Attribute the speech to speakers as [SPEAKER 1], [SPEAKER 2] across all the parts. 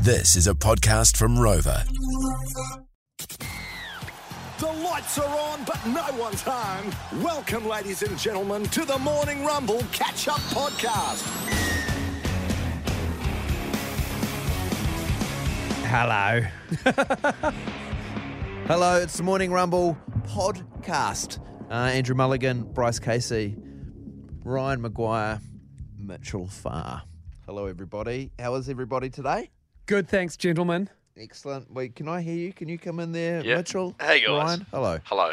[SPEAKER 1] This is a podcast from Rover.
[SPEAKER 2] The lights are on, but no one's home. Welcome, ladies and gentlemen, to the Morning Rumble Catch Up Podcast.
[SPEAKER 3] Hello.
[SPEAKER 4] Hello, it's the Morning Rumble podcast. Uh, Andrew Mulligan, Bryce Casey, Ryan Maguire, Mitchell Farr. Hello, everybody. How is everybody today?
[SPEAKER 3] Good, thanks, gentlemen.
[SPEAKER 4] Excellent. Wait, can I hear you? Can you come in there,
[SPEAKER 5] Yeah.
[SPEAKER 4] Mitchell?
[SPEAKER 5] Hey, guys.
[SPEAKER 4] Ryan, hello.
[SPEAKER 5] Hello.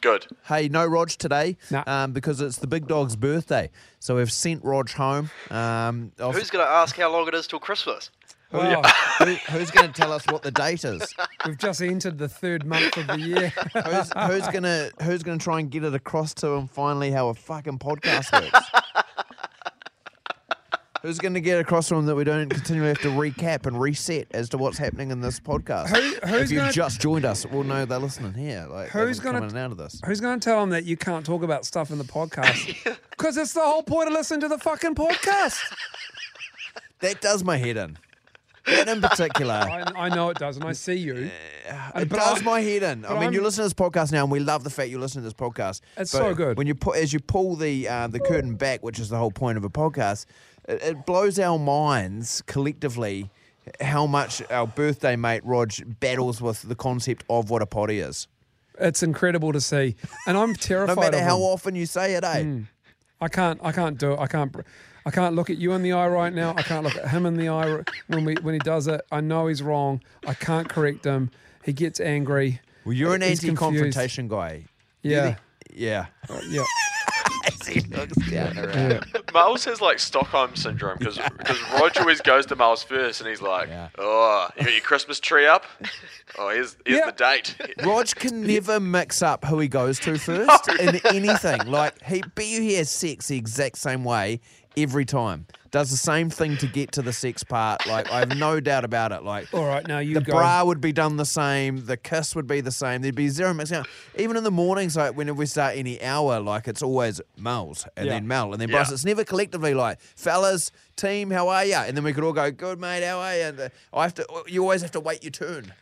[SPEAKER 5] Good.
[SPEAKER 4] Hey, no Rog today
[SPEAKER 3] Nah.
[SPEAKER 4] um, because it's the big dog's birthday. So we've sent Rog home. Um, off-
[SPEAKER 5] Who's going to ask how long it is till Christmas?
[SPEAKER 4] Oh,
[SPEAKER 3] Wow,
[SPEAKER 4] who- who's going to tell us what the date is?
[SPEAKER 3] we've just entered the third month of the year.
[SPEAKER 4] Who's, who's gonna Who's gonna try and get it across to him finally how a fucking podcast works? who's gonna get across to him that we don't continually have to recap and reset as to what's happening in this podcast?
[SPEAKER 3] who's
[SPEAKER 4] if you've
[SPEAKER 3] gonna-
[SPEAKER 4] just joined us, well, no, they're listening here. Like,
[SPEAKER 3] Who's
[SPEAKER 4] who's
[SPEAKER 3] gonna-
[SPEAKER 4] gonna come in and out of this?
[SPEAKER 3] Who's going to tell them that you can't talk about stuff in the podcast? Because it's the whole point of listening to the fucking podcast.
[SPEAKER 4] That does my head in. That in particular.
[SPEAKER 3] I, I know it does, and I see you.
[SPEAKER 4] It
[SPEAKER 3] but
[SPEAKER 4] does
[SPEAKER 3] I-
[SPEAKER 4] my head in. I
[SPEAKER 3] but
[SPEAKER 4] mean, you
[SPEAKER 3] I'm-
[SPEAKER 4] listen to this podcast now, and we love the fact you listen to this podcast.
[SPEAKER 3] It's
[SPEAKER 4] but
[SPEAKER 3] so good.
[SPEAKER 4] When you put as you pull the uh, the curtain back, which is the whole point of a podcast, it, it blows our minds collectively how much our birthday mate Rog battles with the concept of what a potty is.
[SPEAKER 3] It's incredible to see, and I'm
[SPEAKER 4] No
[SPEAKER 3] terrified.
[SPEAKER 4] matter
[SPEAKER 3] of Hmm.
[SPEAKER 4] how
[SPEAKER 3] him.
[SPEAKER 4] often you say it, eh?
[SPEAKER 3] I can't. I can't do it. I can't. br- I can't look at you in the eye right now. I can't look at him in the eye r- when we when he does it. I know he's wrong. I can't correct him. He gets angry.
[SPEAKER 4] Well, you're an
[SPEAKER 3] He's confused.
[SPEAKER 4] anti-confrontation guy.
[SPEAKER 3] Yeah. Uh,
[SPEAKER 4] Yeah.
[SPEAKER 3] Yeah.
[SPEAKER 4] As he looks down around.
[SPEAKER 5] Miles has like Stockholm syndrome because Roger always goes to Miles first and he's like,
[SPEAKER 4] Yeah.
[SPEAKER 5] oh, you got your Christmas tree up? Oh, here's, here's
[SPEAKER 3] Yeah.
[SPEAKER 5] the date.
[SPEAKER 4] Rog can never mix up who he goes to first in anything. Like he, BU he has sex the exact same way every time. Does the same thing to get to the sex part. Like I have no doubt about it. Like
[SPEAKER 3] All right, now you
[SPEAKER 4] the
[SPEAKER 3] go.
[SPEAKER 4] bra would be done the same, the kiss would be the same. There'd be zero mixing up. Even in the mornings, like whenever we start any hour, like it's always Mel's and
[SPEAKER 3] Yeah.
[SPEAKER 4] then Mel and then
[SPEAKER 5] Yeah.
[SPEAKER 4] Bryce. It's never collectively like fellas, team, how are ya? And then we could all go, good mate, how are ya? And uh, I have to. You always have to wait your turn.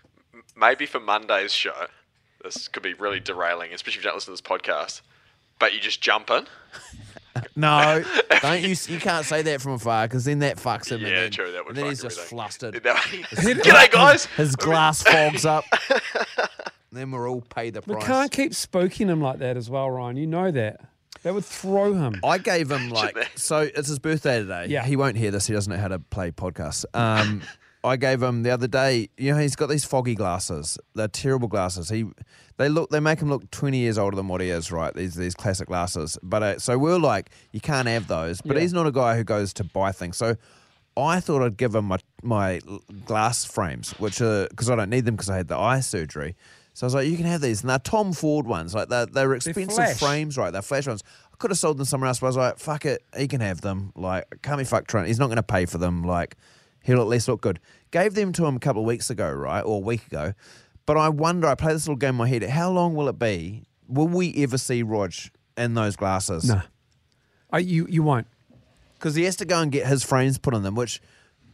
[SPEAKER 5] Maybe for Monday's show, this could be really derailing, especially if you don't listen to this podcast, but you just jump in.
[SPEAKER 4] No, don't you? You can't say that from afar because then that fucks him. and
[SPEAKER 5] Yeah,
[SPEAKER 4] then,
[SPEAKER 5] true. That
[SPEAKER 4] and
[SPEAKER 5] would
[SPEAKER 4] then
[SPEAKER 5] fuck
[SPEAKER 4] he's just
[SPEAKER 5] everything.
[SPEAKER 4] flustered.
[SPEAKER 5] That way- G'day, guys.
[SPEAKER 4] His glass fogs up. then we're all pay the
[SPEAKER 3] We
[SPEAKER 4] price.
[SPEAKER 3] can't keep spoking him like that as well, Ryan. You know that. That would throw him.
[SPEAKER 4] I gave him like
[SPEAKER 5] that.
[SPEAKER 4] so. It's his birthday today.
[SPEAKER 3] Yeah.
[SPEAKER 4] he won't hear this. He doesn't know how to play podcasts. Um, I gave him the other day. You know, he's got these foggy glasses. They're terrible glasses. He, they look. They make him look twenty years older than what he is. Right? These these classic glasses. But uh, so we are like, you can't have those. But
[SPEAKER 3] Yeah.
[SPEAKER 4] he's not a guy who goes to buy things. So. I thought I'd give him my my l- glass frames, which are because I don't need them because I had the eye surgery. So I was like, you can have these, and they're Tom Ford ones. Like they're, they're expensive
[SPEAKER 3] flash.
[SPEAKER 4] frames names right. They're flash ones. I could have sold them to someone else, but I was like, fuck it. He can have them. Like, can't be fuck trying. He's not going to pay for them. Like, he'll at least look good. Gave them to him a couple of weeks ago, right? Or a week ago. But I wonder, I play this little game in my head. How long will it be? Will we ever see Rog in those glasses?
[SPEAKER 3] No. I, you, you won't.
[SPEAKER 4] Because he has to go and get his frames put on them, which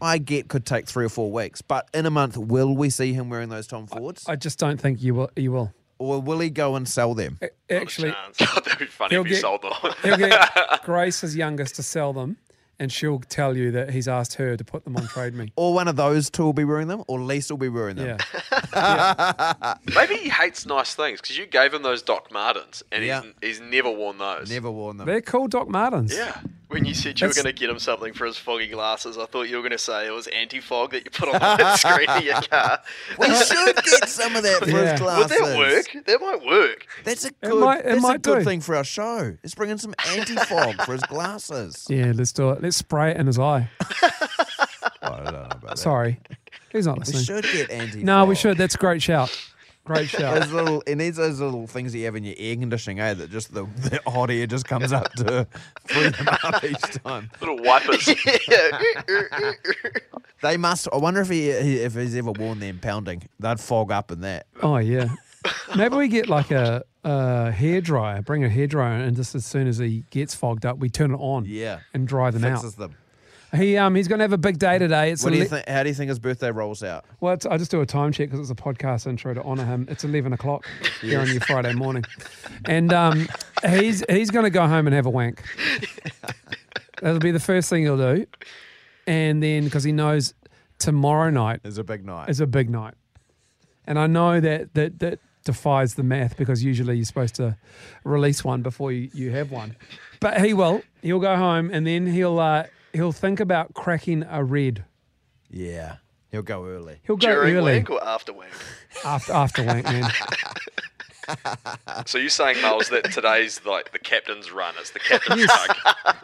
[SPEAKER 4] I get could take three or four weeks. But in a month, will we see him wearing those Tom Fords?
[SPEAKER 3] I just don't think you will. You will.
[SPEAKER 4] or will he go and sell them?
[SPEAKER 3] A- Actually,
[SPEAKER 5] Chance. That'd be funny
[SPEAKER 3] he'll
[SPEAKER 5] if you
[SPEAKER 3] get-
[SPEAKER 5] sold them.
[SPEAKER 3] he'll get Grace's youngest to sell them, and she'll tell you that he's asked her to put them on Trade Me.
[SPEAKER 4] Or one of those two will be wearing them, or Lisa will be wearing them.
[SPEAKER 3] Yeah.
[SPEAKER 5] Maybe he hates nice things because you gave him those Doc Martens and
[SPEAKER 4] Yeah.
[SPEAKER 5] he's, he's never worn those.
[SPEAKER 4] Never worn them.
[SPEAKER 3] They're cool Doc Martens.
[SPEAKER 5] Yeah. When you said you
[SPEAKER 3] That's-
[SPEAKER 5] were going to get him something for his foggy glasses, I thought you were going to say it was anti fog that you put on the windscreen of your car.
[SPEAKER 4] We should get some of that for
[SPEAKER 3] Yeah.
[SPEAKER 4] his
[SPEAKER 5] Would
[SPEAKER 4] glasses.
[SPEAKER 5] that work? That might work.
[SPEAKER 4] That's a good,
[SPEAKER 3] might- it
[SPEAKER 4] that's a
[SPEAKER 3] might
[SPEAKER 4] good
[SPEAKER 3] do.
[SPEAKER 4] thing for our show. Let's bring in some anti fog for his glasses.
[SPEAKER 3] Yeah, let's do it. Let's spray it in his eye.
[SPEAKER 4] I don't know about that.
[SPEAKER 3] Sorry. He's not
[SPEAKER 4] We
[SPEAKER 3] listening.
[SPEAKER 4] should get anti fog.
[SPEAKER 3] No, we should. That's a great shout. Great shout.
[SPEAKER 4] Those little, it needs those little things that you have in your air conditioning, eh? That just the, the hot air just comes up to free them up each time.
[SPEAKER 5] Little wipers.
[SPEAKER 4] They must. I wonder if he if he's ever worn them pounding. They'd fog up in that.
[SPEAKER 3] Oh yeah. Maybe we get like a, a hair dryer. Bring a hair dryer, and just as soon as he gets fogged up, we turn it on.
[SPEAKER 4] Yeah.
[SPEAKER 3] And dry them out.
[SPEAKER 4] Fixes them.
[SPEAKER 3] He um he's going to have a big day today. It's
[SPEAKER 4] What do you
[SPEAKER 3] ele-
[SPEAKER 4] think? How do you think his birthday rolls out?
[SPEAKER 3] Well, it's, I just do a time check because it's a podcast intro to honour him. It's eleven o'clock here on your Friday morning, and um, he's he's going to go home and have a wank. That'll be the first thing he'll do, and then because he knows tomorrow night
[SPEAKER 4] It's a big night.
[SPEAKER 3] is a big night, and I know that that that defies the math because usually you're supposed to release one before you, you have one, but he will. He'll go home and then he'll uh, he'll think about cracking a red.
[SPEAKER 4] yeah, he'll go early.
[SPEAKER 3] He'll go
[SPEAKER 5] During
[SPEAKER 3] early.
[SPEAKER 5] wank or after wank?
[SPEAKER 3] After after wank, man.
[SPEAKER 5] So you're saying, Miles, that today's like the captain's run. It's the captain's hug.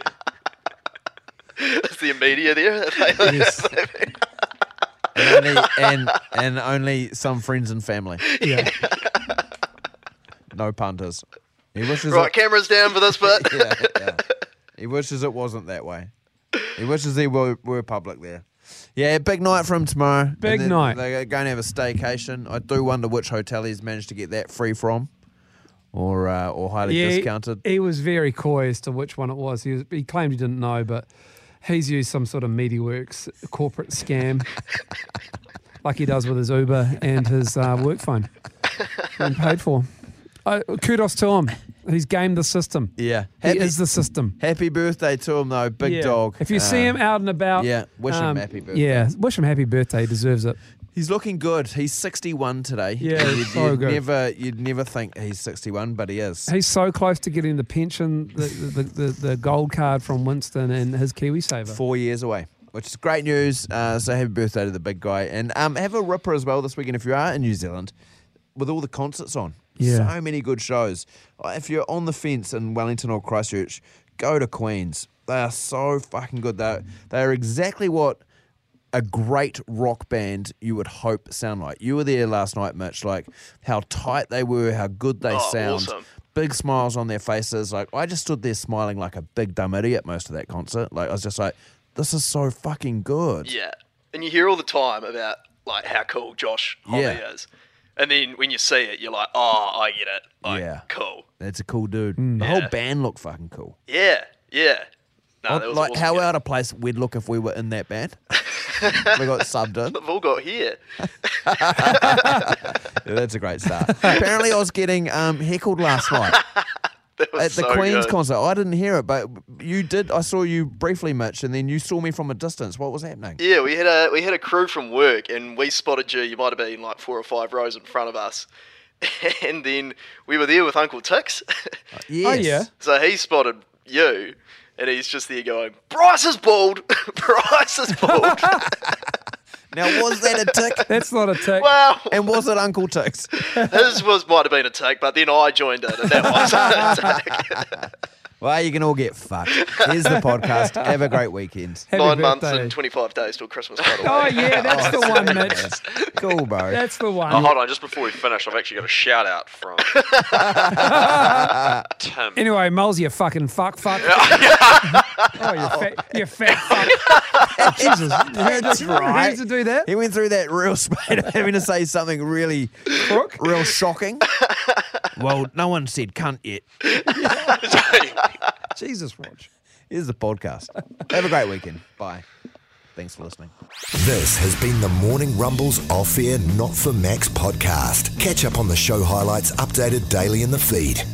[SPEAKER 5] it's the media there.
[SPEAKER 3] Yes.
[SPEAKER 4] and, only, and and only some friends and family.
[SPEAKER 3] Yeah.
[SPEAKER 4] No punters. He wishes.
[SPEAKER 5] right,
[SPEAKER 4] it,
[SPEAKER 5] cameras down for this bit.
[SPEAKER 4] yeah, yeah. He wishes it wasn't that way. He wishes he were, were public there. Yeah, big night from tomorrow. And
[SPEAKER 3] Big
[SPEAKER 4] then
[SPEAKER 3] night.
[SPEAKER 4] They're going to have a staycation. I do wonder which hotel he's managed to get that free from, or uh, or highly
[SPEAKER 3] he-
[SPEAKER 4] discounted.
[SPEAKER 3] He, was very coy as to which one it was. He, was, he claimed he didn't know, but he's used some sort of MediaWorks corporate scam, like he does with his Uber and his uh, work phone, and paid for. Uh, kudos to him. He's gamed the system.
[SPEAKER 4] Yeah.
[SPEAKER 3] he
[SPEAKER 4] Happy-
[SPEAKER 3] is the system.
[SPEAKER 4] Happy birthday to him though, big
[SPEAKER 3] Yeah.
[SPEAKER 4] dog.
[SPEAKER 3] If you see
[SPEAKER 4] Uh,
[SPEAKER 3] him out and about, um,
[SPEAKER 4] yeah, wish him happy birthday.
[SPEAKER 3] Yeah, wish him happy birthday. He deserves it.
[SPEAKER 4] He's looking good. He's 61 today.
[SPEAKER 3] Yeah,
[SPEAKER 4] you'd,
[SPEAKER 3] so
[SPEAKER 4] you'd
[SPEAKER 3] good.
[SPEAKER 4] never you'd never think he's 61, but he is.
[SPEAKER 3] He's so close to getting the pension, the the, the, the gold card from Winston and his KiwiSaver.
[SPEAKER 4] Four years away, which is great news. Uh, so happy birthday to the big guy, and um, have a ripper as well this weekend if you are in New Zealand, with all the concerts on.
[SPEAKER 3] Yeah.
[SPEAKER 4] so many good shows. Uh, If you're on the fence in Wellington or Christchurch, go to Queens. They are so fucking good. They they are exactly what a great rock band you would hope sound like. You were there last night, Mitch. Like how tight they were, how good they
[SPEAKER 5] Oh,
[SPEAKER 4] sound.
[SPEAKER 5] awesome.
[SPEAKER 4] Big smiles on their faces. Like I just stood there smiling like a big dumb idiot most of that concert. Like I was just like, this is so fucking good.
[SPEAKER 5] Yeah, and you hear all the time about like how cool Josh Homme
[SPEAKER 4] Yeah.
[SPEAKER 5] is, and then when you see it, you're like, oh, I get it. Like,
[SPEAKER 4] Yeah.
[SPEAKER 5] cool.
[SPEAKER 4] That's a cool dude.
[SPEAKER 3] Mm.
[SPEAKER 4] The whole
[SPEAKER 5] Yeah.
[SPEAKER 4] band looked fucking cool.
[SPEAKER 5] Yeah, yeah. No, that was
[SPEAKER 4] like
[SPEAKER 5] awesome,
[SPEAKER 4] how
[SPEAKER 5] yeah.
[SPEAKER 4] out of place we'd look if we were in that band. we got subbed in.
[SPEAKER 5] We've all got here.
[SPEAKER 4] Yeah, that's a great start. Apparently, I was getting um, heckled last night
[SPEAKER 5] That was
[SPEAKER 4] at the
[SPEAKER 5] so
[SPEAKER 4] Queen's
[SPEAKER 5] good.
[SPEAKER 4] concert. I didn't hear it, but you did. I saw you briefly, Mitch, and then you saw me from a distance. What was happening?
[SPEAKER 5] Yeah, we had a we had a crew from work, and we spotted you. You might have been like four or five rows in front of us, and then we were there with Uncle Tix.
[SPEAKER 3] Oh, yeah.
[SPEAKER 5] so he spotted you, and he's just there going, "Bryce is bald. Bryce is bald."
[SPEAKER 4] Now was that a tick?
[SPEAKER 3] That's not a tick.
[SPEAKER 5] wow.
[SPEAKER 4] and was it Uncle Tix?
[SPEAKER 5] His was might have been a take, but then I joined it, and that was
[SPEAKER 4] Well, you can all get fucked. Here's the podcast. Have a great weekend.
[SPEAKER 3] Happy
[SPEAKER 5] nine months and
[SPEAKER 3] birthday.
[SPEAKER 5] twenty-five days till Christmas. By the way.
[SPEAKER 3] Oh yeah, that's the one, Mitch.
[SPEAKER 4] Yes. Cool, bro.
[SPEAKER 3] That's the
[SPEAKER 6] Oh,
[SPEAKER 3] one.
[SPEAKER 6] hold on, just before we finish, I've actually got a shout out from Tim.
[SPEAKER 3] Anyway, Moles, you fucking fuck, fuck. oh, you fat, you fat fuck. oh, Jesus, that's
[SPEAKER 4] right.
[SPEAKER 3] to do that?
[SPEAKER 4] He went through that real spate of having to say something really,
[SPEAKER 3] Crook?
[SPEAKER 4] real shocking. well, no one said cunt yet.
[SPEAKER 3] Jesus, Rog.
[SPEAKER 4] Here's the podcast. Have a great weekend. Bye. Thanks for listening.
[SPEAKER 1] This has been the Morning Rumbles Off Air Not for Max podcast. Catch up on the show highlights updated daily in the feed.